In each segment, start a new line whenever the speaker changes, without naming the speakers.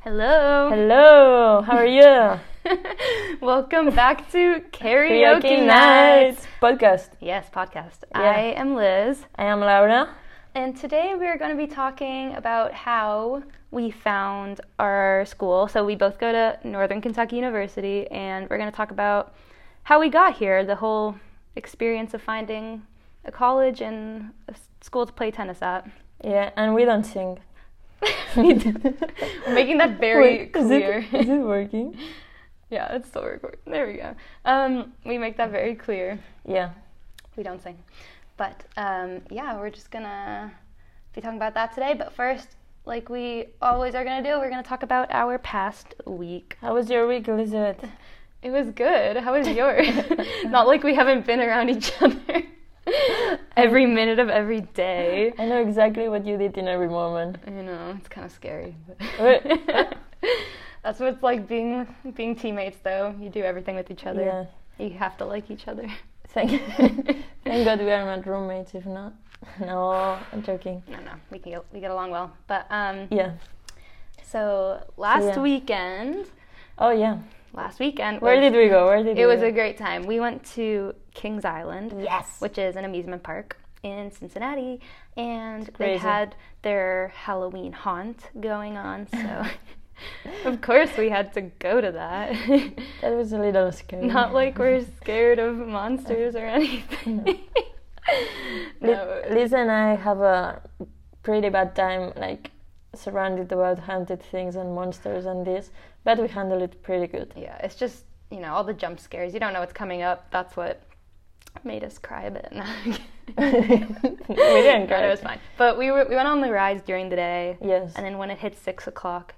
Hello.
Hello, how are you?
Welcome back to Karaoke, Night.
Karaoke nights podcast.
Yes, podcast.
Yeah.
I am Liz,
I am Laura.
and today we are going to be talking about how we found our school. So we both go to Northern Kentucky University, and we're going to talk about how we got here, the whole experience of finding a college and a s- school to play tennis at.
Yeah, and we don't sing.
We're making that very
Wait,
clear.
Is it, is it working?
Yeah, it's still recording. There we go. Um, we make that very clear.
Yeah.
We don't sing. But um, yeah, we're just gonna be talking about that today. But first, like we always are gonna do, we're gonna talk about our past week.
How was your week, Elizabeth?
It was good. How was yours? Not like we haven't been around each other every minute of every day.
I know exactly what you did in every moment.
You know, it's kind of scary. but-
Wait.
That's what it's like being being teammates, though. You do everything with each other.
Yeah.
You have to like each other.
Thank, thank God we are not roommates, if not. No, I'm joking.
No, no, we can get, we get along well. But um,
Yeah.
so last
yeah.
weekend,
Oh, yeah.
last weekend,
Where
was-
did we go? Where did we
It was
go?
a great time. We went to Kings Island,
Yes.
which is an amusement park in Cincinnati, and they
crazy.
had their Halloween haunt going on. So, of course, we had to go to that.
That was a little scary.
Not like we're scared of monsters or anything.
Li-
No.
Liz and I have a pretty bad time, like surrounded about haunted things and monsters and this, but we handle it pretty good.
Yeah, it's just, you know, all the jump scares. You don't know what's coming up. That's what made us cry a bit. No,
we didn't
No,
cry.
It was fine. But we, were, we went on the rides during the day.
Yes.
And then when it hit six o'clock,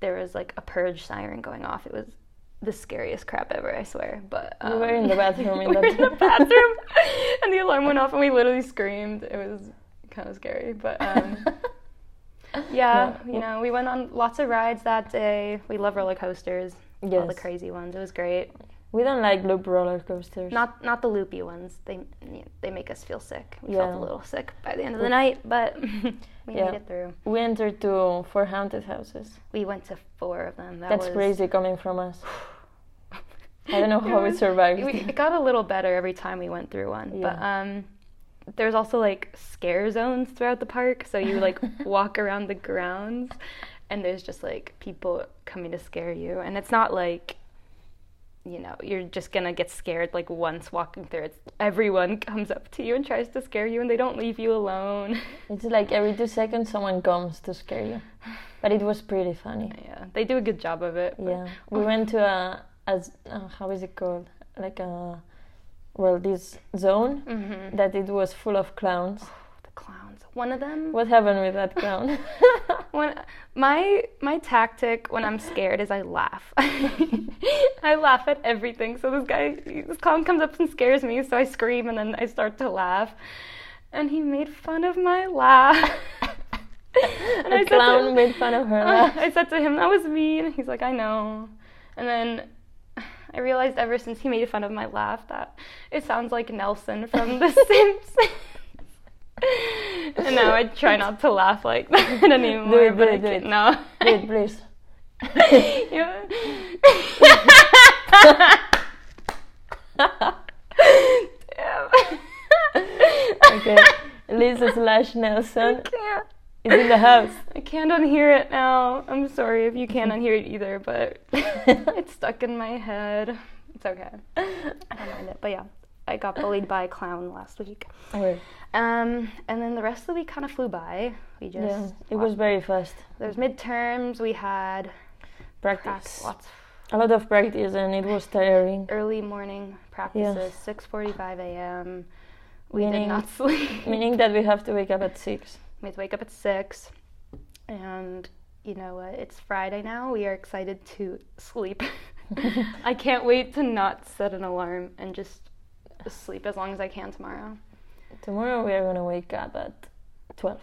there was like a purge siren going off. It was the scariest crap ever, I swear. But um,
We were in the bathroom in
we were
that-
in the bathroom, and the alarm went off, and we literally screamed. It was kind of scary, but um, yeah,
No.
you know, we went on lots of rides that day. We love roller coasters, all the
Yes.
crazy ones. It was great.
we don't like loop roller coasters.
Not not the loopy ones. They they make us feel sick. We felt
Yeah.
a little sick by the end of the night, but we
Yeah.
made it through.
We entered to four haunted houses.
We went to four of them. That
That's
was,
crazy coming from us. I don't know how we survived.
We, it got a little better every time we went through one, but um, there's also like scare zones throughout the park. So you like walk around the grounds, and there's just like people coming to scare you, and it's not like. You know, you're just gonna get scared like once walking through. It's everyone comes up to you and tries to scare you, and they don't leave you alone.
It's like every two seconds someone comes to scare you. But it was pretty funny.
yeah, they do a good job of it. but-
Yeah, we went to a, as uh, how is it called? Like a well, this zone that it was full of clowns.
Mm-hmm. the clowns. One of them
What happened with that clown?
When my my tactic when I'm scared is I laugh. I laugh at everything. So this guy, this clown comes up and scares me. So I scream and then I start to laugh, and he made fun of my laugh. and
The
I said to
clown
him- uh,
made fun of her laugh.
I said to him, "That was mean." He's like, "I know," and then. I realized ever since he made fun of my laugh that it sounds like Nelson from The Simpsons. and now I try not to laugh like that anymore.
Do it, do
but I
it, do
can't-
it.
No.
Wait, please.
Yeah. Damn.
Okay, Lisa slash Nelson
I can't.
is in the house.
I can't unhear it now. I'm sorry if you can't unhear it either, but it's stuck in my head. It's okay. I don't mind it. But yeah, I got bullied by a clown last week.
Wait,
Um, and then the rest of the week kind of flew by. We just
yeah, it was very fast.
there's midterms. We had
Practice,
lots of
a lot of practice, and it was tiring.
early morning practices, 6:45 a.m. We did
Meaning-
not sleep.
Meaning that we have to wake up at six.
we had to wake up at six, and you know what? It's Friday now. We are excited to sleep. I can't wait to not set an alarm and just sleep as long as I can tomorrow.
Tomorrow we are gonna wake up at twelve.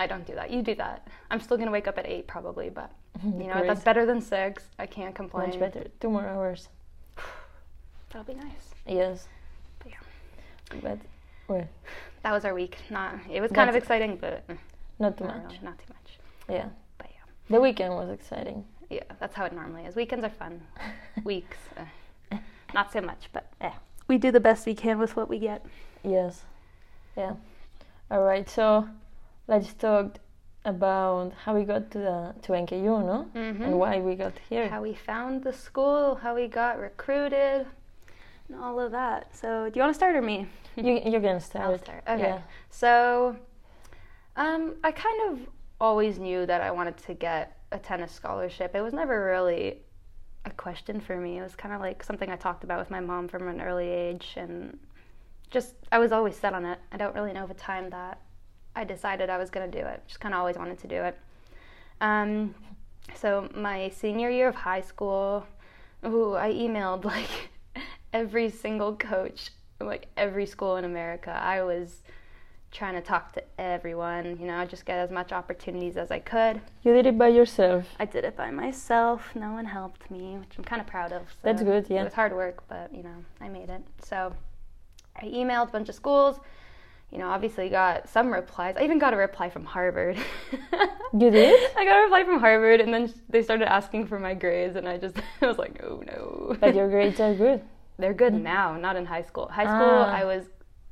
I don't do that. You do that. I'm still gonna wake up at eight probably, but you know what?
Great.
that's better than six. I can't complain.
Much better. Two more hours.
That'll be nice.
Yes.
But yeah,
But well,
that was our week. Not it was kind of
That's-
exciting, but
not too
not
much.
really, not too much.
Yeah.
But yeah.
The weekend was exciting.
Yeah, that's how it normally is. Weekends are fun. Weeks, uh, not so much, but eh. we do the best we can with what we get.
Yes. Yeah. All right. So let's talk about how we got to the to NKU, no?
Mhm.
And why we got here.
How we found the school, how we got recruited, and all of that. So, do you want to start or me?
you you can start.
I'll start. Okay.
Yeah.
So, um, I kind of always knew that I wanted to get a tennis scholarship. It was never really a question for me. It was kind of like something I talked about with my mom from an early age, and just I was always set on it. I don't really know of a time that I decided I was going to do it. Just kind of always wanted to do it. Um, so my senior year of high school, ooh, I emailed like every single coach, like every school in America. I was trying to talk to everyone, you know, just get as much opportunities as I could.
You did it by yourself.
I did it by myself. No one helped me, which I'm kind of proud of. So
That's good, yeah.
It was hard work, but you know, I made it. So I emailed a bunch of schools. You know, obviously got some replies. I even got a reply from Harvard.
You did?
I got a reply from Harvard, and then they started asking for my grades, and I just I was like, oh no.
But your grades are good.
They're good now, not in high school. High school,
Ah.
I was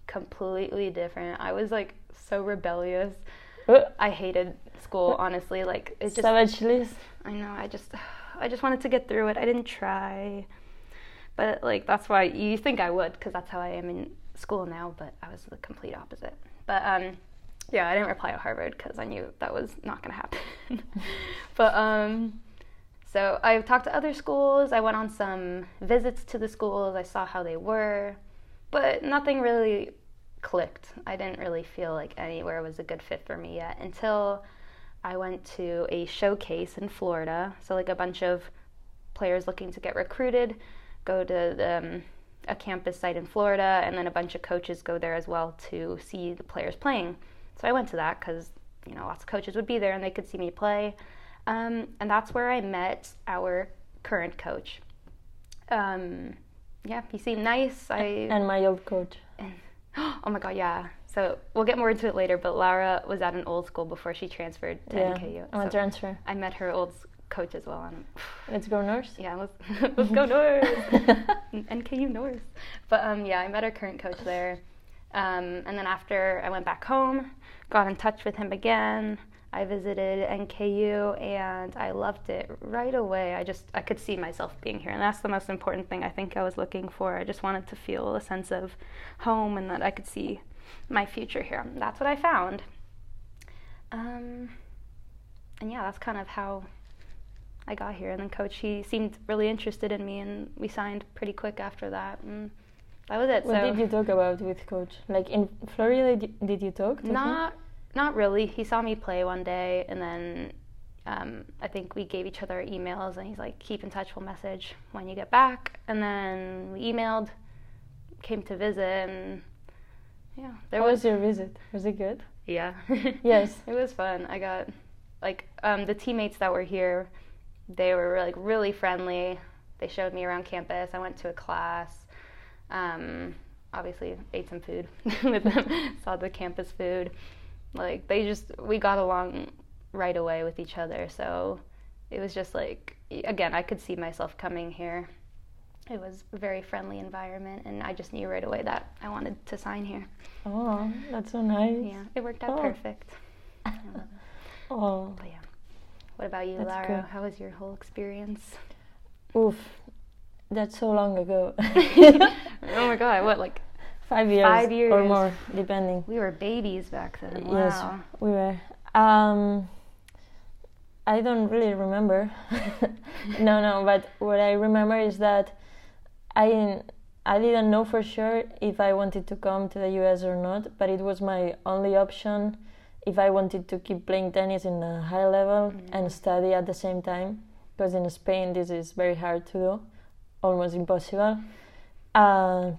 completely different. I was like so rebellious.
Oh,
I hated school, honestly. Like it just
Savage list.
I know. I just, I just wanted to get through it. I didn't try, but like that's why you think I would, because that's how I am in school now. But I was the complete opposite. But um, yeah, I didn't reply at Harvard because I knew that was not gonna happen. but um, so I've talked to other schools. I went on some visits to the schools. I saw how they were, but nothing really clicked. I didn't really feel like anywhere was a good fit for me yet until I went to a showcase in Florida. So, like a bunch of players looking to get recruited go to the, um, a campus site in Florida, and then a bunch of coaches go there as well to see the players playing. So, I went to that because, you know, lots of coaches would be there and they could see me play. Um, and that's where I met our current coach. Um, yeah, he seemed nice. I
And my old coach.
oh my god, yeah. So we'll get more into it later, but Laura was at an old school before she transferred to
Yeah.
NKU.
I'm a
So
transfer.
I met her old s- coach as well, and
Let's go nurse.
yeah, let's let's go North, NKU North. But um, yeah, I met our current coach there, um, and then after I went back home, got in touch with him again. I visited NKU and I loved it right away. I just I could see myself being here, and that's the most important thing I think I was looking for. I just wanted to feel a sense of home and that I could see my future here. That's what I found. Um, and yeah, that's kind of how I got here. And then coach, he seemed really interested in me, and we signed pretty quick after that. And that was it.
What
so
did you talk about with coach? Like in Florida, di- did you talk? To
not not really. He saw me play one day, and then um, I think we gave each other our emails, and he's like, "Keep in touch. We'll message when you get back." And then we emailed, came to visit, and yeah,
There
there
How
was
was your visit? Was it good?
Yeah.
Yes.
It was fun. I got like um, the teammates that were here. They were like really friendly. They showed me around campus. I went to a class. Um, obviously, ate some food with them. Saw the campus food. Like they just we got along right away with each other. So it was just like again, I could see myself coming here. It was a very friendly environment, and I just knew right away that I wanted to sign here.
Oh, that's so nice.
Yeah, it worked out
Oh.
perfect.
Oh,
But yeah. What about you,
That's
Lara?
good.
How was your whole experience?
oof, that's so long ago.
Oh my god, what like
Five years,
Five
or
years.
more, depending.
we were babies back then.
Yes,
Wow.
we were. Um, I don't really remember. no, no. But what I remember is that I I didn't know for sure if I wanted to come to the U.S. or not. But it was my only option if I wanted to keep playing tennis in a high level and study at the same time. Because in Spain, this is very hard to do, almost impossible. Uh,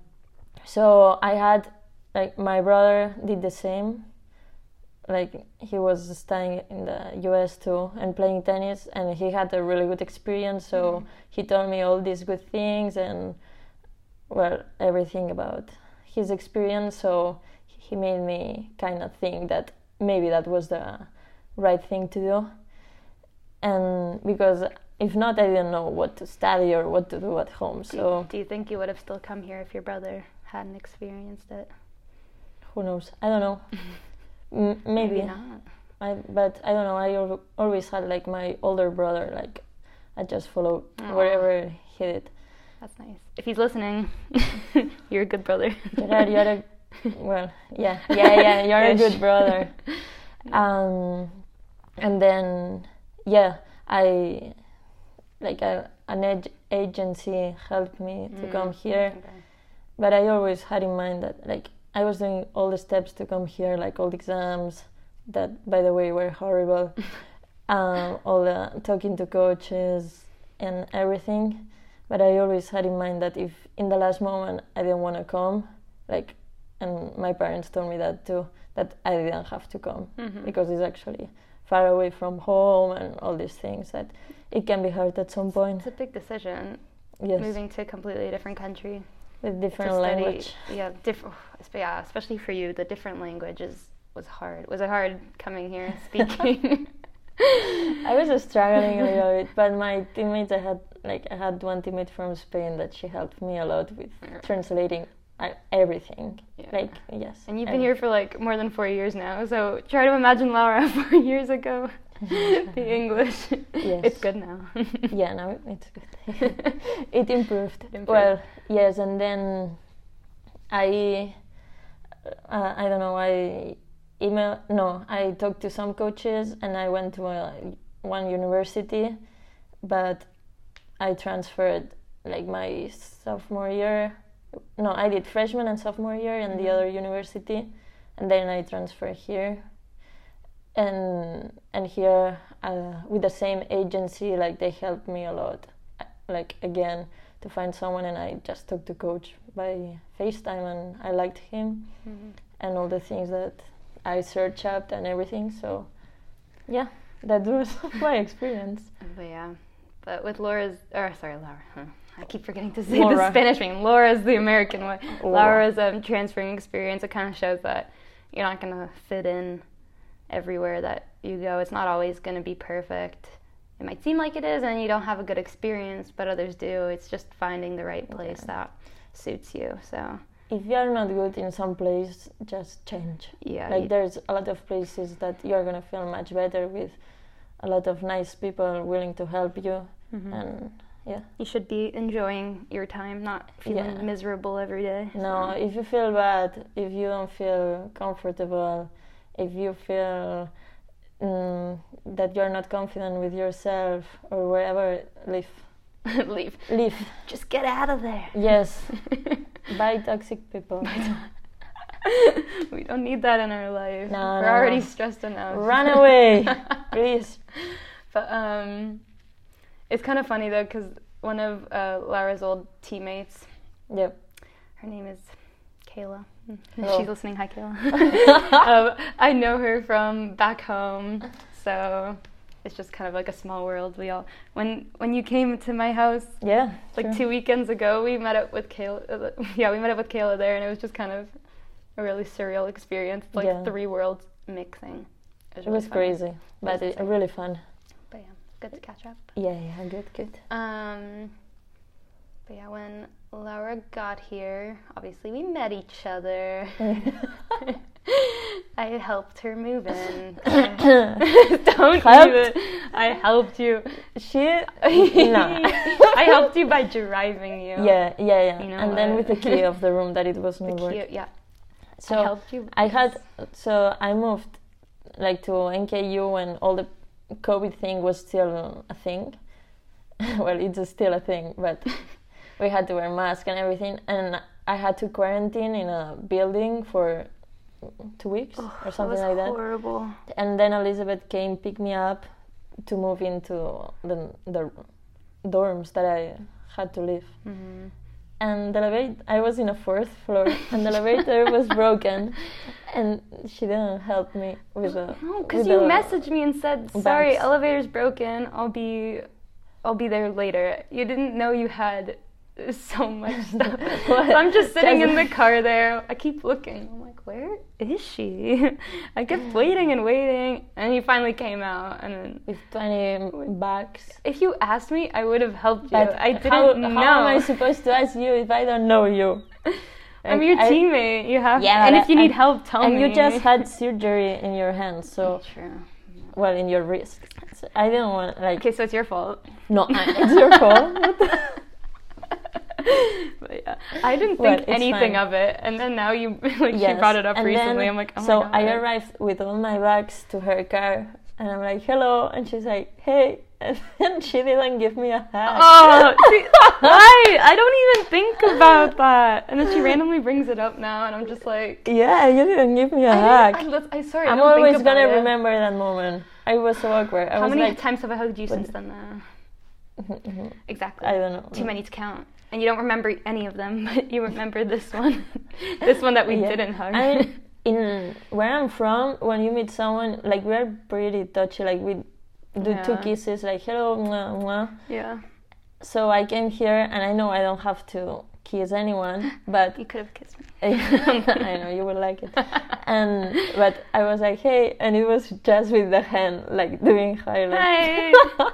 so I had like my brother did the same like he was staying in the US too and playing tennis and he had a really good experience so he told me all these good things and well everything about his experience so he made me kind of think that maybe that was the right thing to do and because if not, I didn't know what to study or what to do at home.
Do you-
So
do you think you would have still come here if your brother hadn't experienced it?
who knows? I don't know. M- maybe.
not.
I, but I don't know. I al- always had like my older brother. Like I just followed
Aw.
wherever he did.
That's nice. If he's listening, you're a good brother.
Gerard, you're a well, yeah, yeah, yeah. You're a
Ish.
good brother.
Yeah.
Um, and then yeah, I like a, an ag- agency helped me to
Mm,
come here.
okay.
but I always had in mind that like I was doing all the steps to come here, like all the exams that by the way were horrible, um, all the talking to coaches and everything. But I always had in mind that if in the last moment I didn't want to come, like, and my parents told me that too, that I didn't have to come
Mhm.
because it's actually far away from home and all these things that it can be hard at some point.
It's a big decision.
Yes,
Moving to a completely different country
with
to
different
study.
language.
Yeah, different. Yeah, especially for you, the different languages was hard. Was it hard coming here speaking?
I was just struggling a little bit, but my teammates, I had like I had one teammate from Spain that she helped me a lot with
Yeah.
translating uh, everything.
Yeah.
Like yes,
And you've
everything.
been here for like more than four years now, so try to imagine Laura four years ago. the English. It's
Yes.
good now.
yeah, now it's good. it improved.
Improved.
Well, yes, and then I, uh, I don't know. I email no. I talked to some coaches, and I went to uh one university, but I transferred like my sophomore year. No, I did freshman and sophomore year in the
Mhm.
other university, and then I transferred here. And and here uh, with the same agency, like they helped me a lot. Uh, Like again to find someone, and I just talked to coach by FaceTime, and I liked him
Mhm.
and all the things that I searched up and everything. So yeah, that was my experience.
But yeah, but with Laura's, or sorry, Laura. huh. I keep forgetting to say the
Laura.
Spanish name. Laura's the American one.
Laura.
Laura's um, transferring experience. It kind of shows that you're not gonna fit in everywhere that you go. It's not always gonna be perfect. It might seem like it is, and you don't have a good experience, but others do. It's just finding the right place
Yeah.
that suits you. So
If you are not good in some place, just change.
yeah,
like
you-
there's a lot of places that you're gonna feel much better with a lot of nice people willing to help you
Mhm.
and yeah
You should be enjoying your time, not feeling
Yeah.
miserable every day.
no if you feel bad if you don't feel comfortable if you feel mm, that you're not confident with yourself or wherever leave
So, leave.
leave
Just get out of there.
yes buy toxic people
we don't need that in our life.
No,
We're
no,
already
no.
stressed enough.
Uh, run away please
But um, it's kind of funny though, because one of uh, Lara's old teammates,
yep
her name is Kayla. Mm.
Hello.
She's listening. Hi, Kayla. um, I know her from back home, so it's just kind of like a small world. We all when when you came to my house
yeah
like
sure.
two weekends ago, we met up with Kayla. uh, Yeah, we met up with Kayla there, and it was just kind of a really surreal experience. Like
Yeah.
three worlds mixing.
it was
really fun.
crazy
was
but it, really fun
But yeah, good to catch up.
yeah yeah good good
Um, but yeah, when Laura got here, obviously we met each other. I helped her move in. Don't
Helped?
do it. I helped you.
She no.
I helped you by driving you.
Yeah, yeah, yeah.
You know
and then
what?
with the key of the room that it was
The
not working.
cute- yeah. I
So
helped you.
I, had so I moved like to NKU when all the COVID thing was still a thing. well, it's still a thing, but we had to wear masks and everything, and I had to quarantine in a building for two weeks
Oh,
or something like that.
Horrible.
and then Elizabeth came pick me up to move into the the dorms that I had to live.
Mm-hmm.
And the elevator, I was in a fourth floor, and the elevator was broken, and she didn't help me with the.
No, because
with
you
the-
messaged me and said, "Sorry,
bags.
elevator's broken. I'll be, I'll be there later." You didn't know you had There's so much stuff. so I'm just sitting in the car there. I keep looking. I'm like, where is she? I kept waiting and waiting, and he finally came out. And then
with 20 bucks.
if you asked me, I would have helped you.
But
I didn't
how,
know.
How am I supposed to ask you if I don't know you?
am your
I-
teammate. You have.
Yeah,
and
but
if you
I-
need help, tell
and
me.
you just had surgery in your hand, so
True.
well in your wrist. So I didn't want like
Okay, so it's your fault.
no, I- it's your fault. What the-
but yeah, I didn't
Well,
think
it's
anything
fine.
of it, and then now you like she
Yes,
brought it up
and
recently.
then-
I'm like, oh
so
my
I
God.
arrived with all my bags to her car, and I'm like, hello, and she's like, hey, and then she didn't give me a hug.
Oh, see, why? I don't even think about that. And then she randomly brings it up now, and I'm just like,
Yeah, you didn't give me a
I,
hug.
didn't- I, let's- I sorry. I
I'm
don't think
always
about
gonna
it.
remember that moment. I was so awkward. I
How
was
many
like,
times have I hugged you
What- Mm-hmm.
since then? Uh, exactly.
I don't know.
Too many to count. And you don't remember any of them, but you remember this one, this one that we
Yeah.
didn't hug.
I mean, in where I'm from, when you meet someone, like we are pretty touchy. Like we do two
Yeah.
kisses, like hello, mwah, mwah.
yeah,
So I came here, and I know I don't have to kiss anyone, but
you could have kissed me.
I know you would like it. And but I was like, hey, and it was just with the hand, like doing hi, like,
Hi.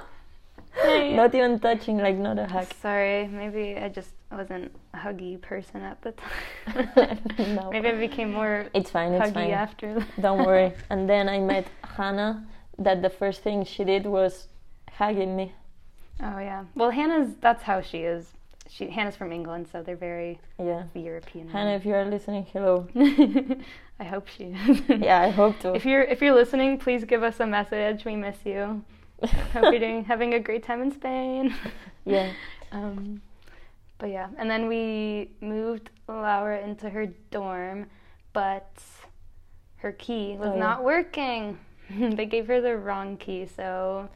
Hi.
not even touching, like not a hug.
Sorry, maybe I just wasn't a huggy person at the time.
No.
Maybe I became more
It's fine. It's
huggy
fine.
after.
Don't worry. And then I met Hannah. That the first thing she did was hugging me.
Oh yeah. Well, Hannah's that's how she is. She Hannah's from England, so they're very
Yeah.
European.
Hannah, if you are listening, hello.
I hope she is.
Yeah, I hope to.
If you're if you're listening, please give us a message. We miss you. Hope you're doing having a great time in Spain.
Yeah.
Um, but yeah, and then we moved Laura into her dorm, but her key was
Oh, yeah.
not working. they gave her the wrong key, so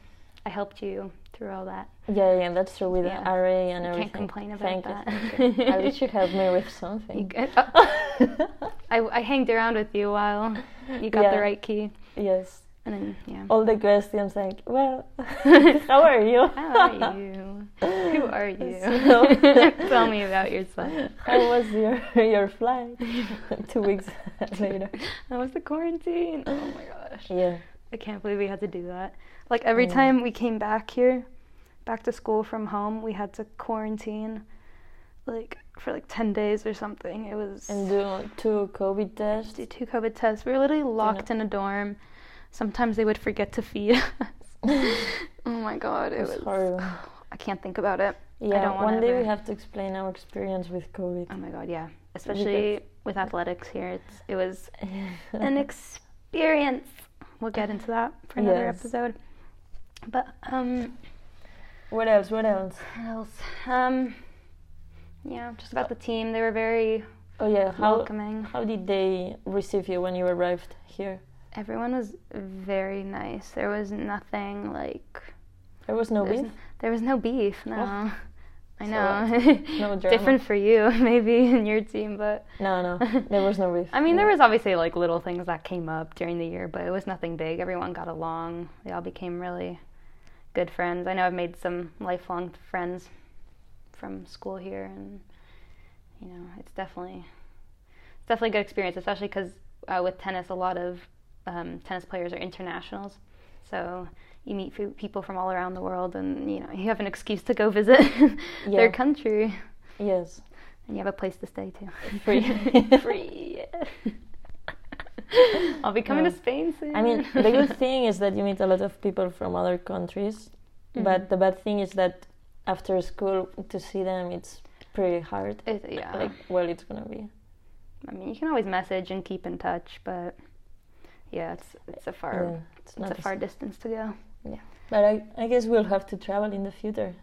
I helped you through all that.
Yeah, yeah, that's true with
Yeah.
the array and
You can't
everything.
complain about
thank
that.
You, thank you. At least you helped me with
You
something.
g- oh, I, I hanged around with you a while you got the
Yeah.
right key,
yes.
and then yeah.
All the questions like, well, Oh, how are you?
How are you? Who are you?
So-
Tell me about yourself.
How was your your flight? Two weeks later.
How was the quarantine? Oh my gosh.
Yeah.
I can't believe we had to do that. Like every
Yeah.
time we came back here, back to school from home, we had to quarantine like for like 10 days or something. It was
And do two COVID tests.
do two COVID tests. We were literally locked in a dorm. Sometimes they would forget to feed us. oh my god, it
It's
was
horrible.
I can't think about it.
Yeah,
don't wanna
one day
ever-
we have to explain our experience with COVID.
Oh my god, yeah. Especially with athletics here, it's, it was an experience. We'll get into that for another
Yes.
episode. But um
What else? What else?
What else? Um, yeah, just about the team. They were very
Oh yeah, how
welcoming.
how did they receive you when you arrived here?
Everyone was very nice. There was nothing like
There was no
there's-
beef. Oh.
There was no beef. No, I
So,
know.
no drama.
Different for you, maybe in your team, but
No, no, there was no beef.
I mean, there
Yeah.
was obviously like little things that came up during the year, but it was nothing big. Everyone got along. They all became really good friends. I know I've made some lifelong friends from school here, and you know, it's definitely it's definitely a good experience, especially because uh, with tennis, a lot of um, tennis players are internationals, so you meet fe- people from all around the world, and you know, you have an excuse to go visit
Yeah.
their country,
Yes.
and you have a place to stay too.
Free.
Free. I'll be coming
No.
to Spain soon.
I mean, the good thing is that you meet a lot of people from other countries,
Mm-hmm.
but the bad thing is that after school to see them it's pretty hard.
It- yeah.
Like, well, it's gonna be.
I mean, you can always message and keep in touch, but yeah, it's it's a far
yeah, it's not
it's a
as-
far distance to go.
But I, I guess we'll have to travel in the future.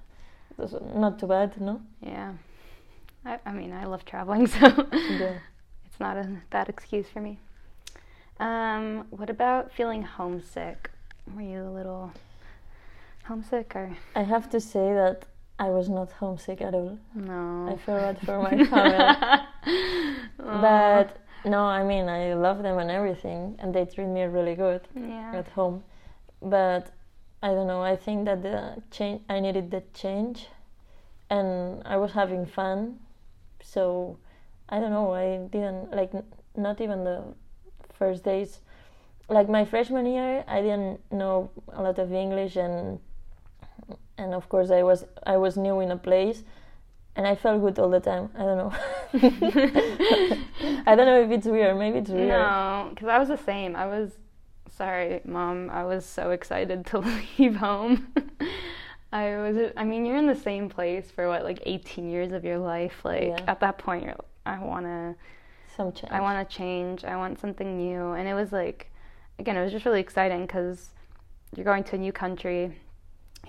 That's not too bad, no?
Yeah. I, I mean, I love traveling, so
Yeah.
it's not a bad excuse for me. Um, what about feeling homesick? Were you a little homesick or
I have to say that I was not homesick at all.
no?
I feel bad for my family. but no, I mean, I love them and everything, and they treat me really good
yeah,
at home. But I don't know, I think that the change, I needed the change. and I was having fun. So I don't know. I didn't like n- not even the first days. Like my freshman year, I didn't know a lot of English, and and of course I was I was new in a place, and I felt good all the time. I don't know. I don't know if it's weird. Maybe it's weird.
No, because I was the same. I was sorry, mom. I was so excited to leave home. I was. I mean, you're in the same place for what, like 18 years of your life. Like
Yeah.
at that point, you're. I wanna.
Some change.
I want to change. I want something new. And it was like, again, it was just really exciting because you're going to a new country,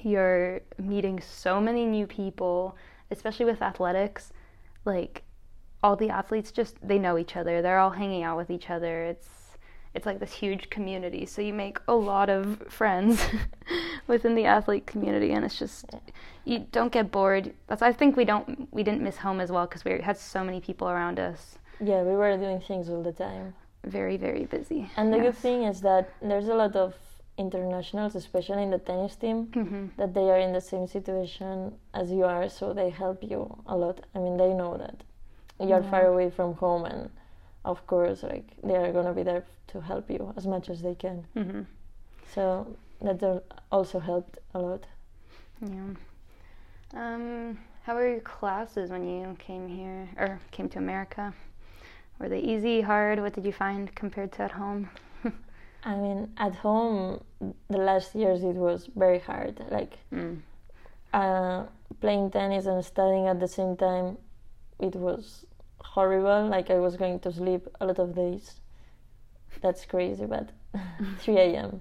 you're meeting so many new people, especially with athletics. Like, all the athletes just they know each other. They're all hanging out with each other. It's it's like this huge community. So you make a lot of friends within the athlete community, and it's just you don't get bored. That's I think we don't we didn't miss home as well because we had so many people around us
Yeah, we were doing things all the time.
very very busy
And the good
Yes.
thing is that there's a lot of internationals, especially in the tennis team,
Mm-hmm.
that they are in the same situation as you are, so they help you a lot. I mean, they know that you're far away from home, and of course, like they are gonna be there to help you as much as they can.
Mm-hmm.
So that al- also helped a lot.
yeah um how were your classes when you came here or came to america were they easy hard what did you find compared to at home
I mean, at home, the last years it was very hard. Like
mm.
uh, playing tennis and studying at the same time, it was horrible. Like I was going to sleep a lot of days. That's crazy, but 3 a.m.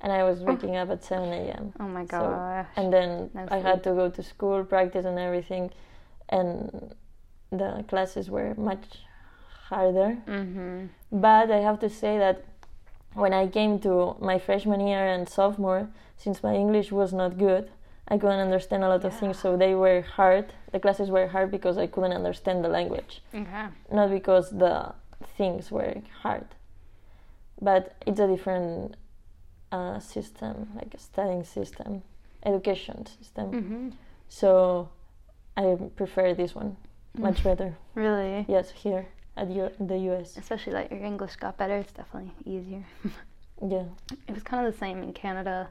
And I was waking up at 7 a.m.
oh my
So-
gosh
And then
No
I had to go to school, practice, and everything. And the classes were much harder.
mm-hmm.
But I have to say that when I came to my freshman year and sophomore, since my English was not good, I couldn't understand a lot of things, so they were hard. The classes were hard because I couldn't understand the language,
okay
not because the things were hard. But it's a different uh, system, like a studying system, education system.
mm-hmm.
So I prefer this one much better.
really
Yes, here at U- the US.
especially that your english got better it's definitely easier
Yeah.
it was kind of the same in Canada.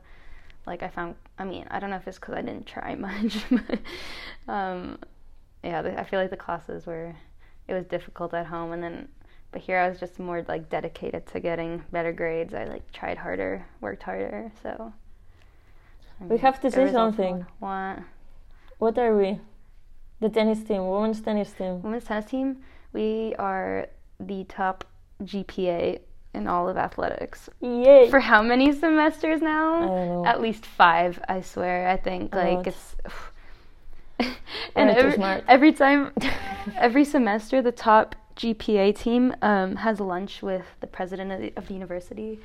Like I found, I mean, I don't know if it's because I didn't try much, but um, yeah, the, I feel like the classes were, it was difficult at home, and then, but here I was just more like dedicated to getting better grades. I like tried harder, worked harder, so.
We have to
the
say
results were-
something.
What
What are we? The tennis team, women's tennis team.
women's tennis team? We are the top GPA in all of athletics.
Yay!
For how many semesters
I
now?
don't know.
At least five, I swear. I think
I know
like
it.
it's. and
We're too
every,
smart.
every time, every semester, the top GPA team um, has lunch with the president of the, of the university.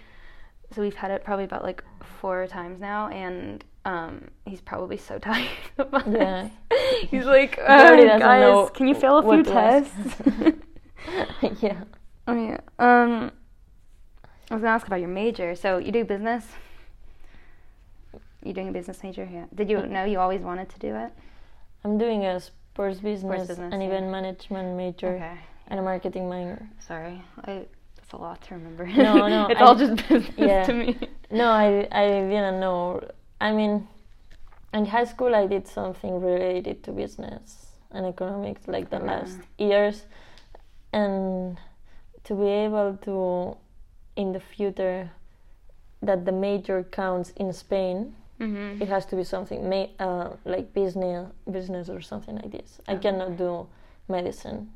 So we've had it probably about like four times now, and um, he's probably so tired. Of us.
Yeah.
he's like, uh,
already doesn't know
guys, can you fail a few
what to ask."
tests?
yeah.
oh yeah. Um, I was gonna ask about your major. So you do business. You doing a business major? Yeah. Did you know you always wanted to do it?
I'm doing a sports business,
business,
and
yeah.
event management major
Okay.
and a marketing minor.
Sorry. I, that's a lot to remember.
No, no,
it's
I-
all just business
yeah.
to me.
No, I, I didn't know. I mean, in high school, I did something related to business and economics like the
Mhm.
last years. And to be able to, in the future, that the major counts in Spain,
Mm-hmm.
it has to be something ma- uh, like business, business or something like this.
Oh.
I cannot do medicine,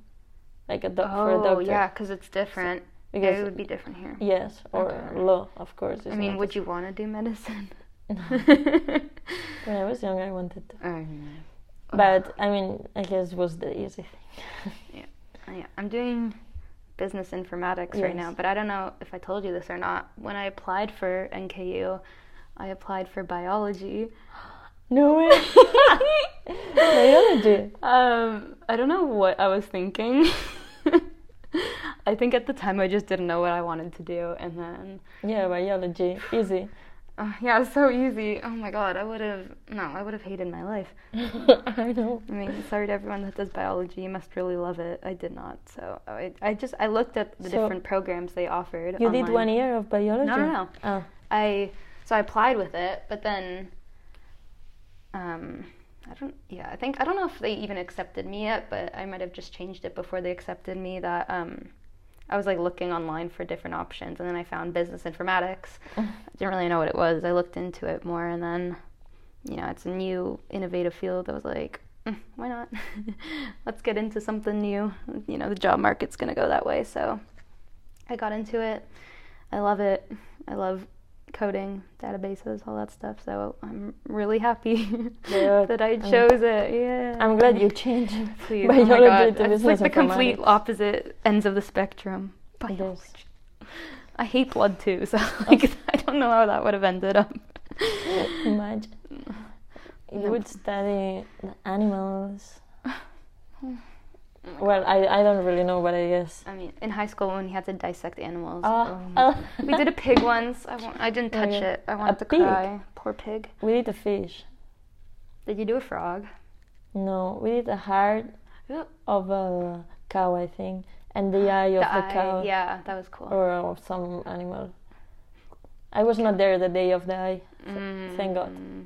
like a doc- for a
Oh
doctor.
yeah, because it's different.
Because-
it would be different here.
Yes, or
Okay.
law, of course.
I
is
mean,
not
would
as-
you want to do medicine?
When I was young, I wanted to.
Um,
But I mean, I guess it was the easy thing.
Oh, yeah, I'm doing business informatics right now,
Yes.
but I don't know if I told you this or not. When I applied for NKU, I applied for biology.
no way. Biology.
Um, I don't know what I was thinking. I think at the time I just didn't know what I wanted to do, and then
Yeah, biology. Easy.
Oh, yeah, it's so easy. Oh my god, I would have no, I would have hated my life.
I know.
I mean, sorry to everyone that does biology. You must really love it. I did not. So I, I just I looked at the
So-
different programs they offered.
You did
online.
one year of biology.
No, no, no.
Oh,
I so I applied with it, but then um I don't yeah, I think I don't know if they even accepted me yet, but I might have just changed it before they accepted me that um I was like looking online for different options and then I found business informatics. I didn't really know what it was. I looked into it more and then you know, it's a new innovative field. I was like, "Mm, why not? Let's get into something new. You know, the job market's going to go that way. So I got into it. I love it. I love coding, databases, all that stuff. So I'm really happy
Good.
that I
I'm-
chose it. Yeah.
I'm glad you changed
Please.
biology
oh my God.
to
It's
business
like the complete
informatics.
opposite ends of the spectrum.
It
Biology.
is. Oh.
I hate blood too, so like I don't know how that would have ended up.
Imagine. You
No.
would study the animals.
Oh my
Well, I, I don't really know, but I guess.
I mean, in high school when we had to dissect animals.
Ah,
oh my
ah.
God. We did a pig once. I, won't- I didn't
Oh,
touch
yeah.
it. I
A
wanted to
pig?
cry. Poor pig.
We did a fish.
Did you do a frog?
No, we did the heart
Ooh,
of a cow, I think, and the eye of
the
the
eye.
cow Oh,
Yeah, that was cool.
or of some animal. I was not there the day of the eye. thank God.
Mm.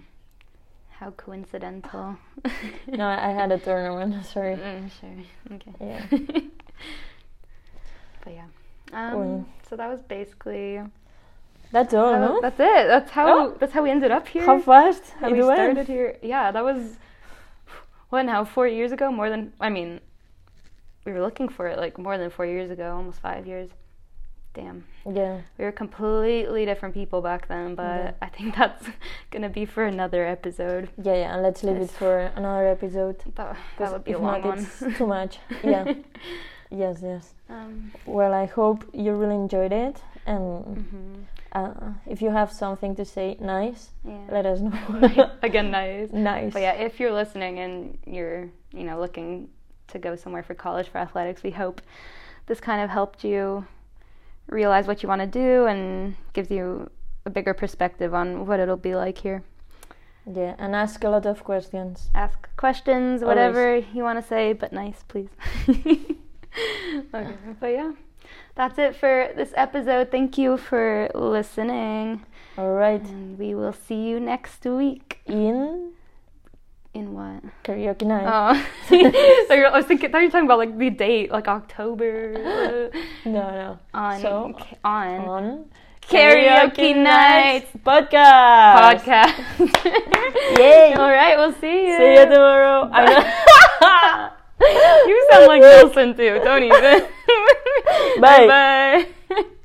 How coincidental.
No, I I had a tournament. Sorry.
Mm, sure. Okay.
Yeah.
But yeah. Um,
Well.
So that was basically.
That's all,
that-
Oh, no?
That's it. That's how.
Oh.
That's how we ended up here.
How fast
how
it
we
went.
started here. Yeah, that was what now? Four years ago? More than I mean, we were looking for it like more than four years ago, almost five years. Damn,
Yeah.
we were completely different people back then. But
Yeah.
I think that's gonna be for another episode.
Yeah, yeah. and Let's leave it
Yes.
for another episode.
That, that
'cause
would be a
if
long
not,
one.
It's too much. Yeah. yes, yes.
um,
Well, I hope you really enjoyed it. And
mhm.
uh, if you have something to say nice,
Yeah.
let us know.
Again, nice.
nice.
But yeah, if you're listening and you're, you know, looking to go somewhere for college for athletics, we hope this kind of helped you realize what you want to do and gives you a bigger perspective on what it'll be like here.
Yeah, and ask a lot of questions.
Ask questions, whatever you want to say, but nice, please. okay, but yeah. That's it for this episode. Thank you for listening.
All right.
And we will see you next week.
In
In what?
karaoke night.
Oh, so you're, I was thinking, I thought you were talking about like the date, like October
No, no.
uh, on
So, uh,
ca- on,
On
karaoke night
podcast.
podcast.
Yay.
All right, we'll see you.
See you tomorrow. I'm not-
you sound like Wilson too. Don't even.
Bye.
Bye.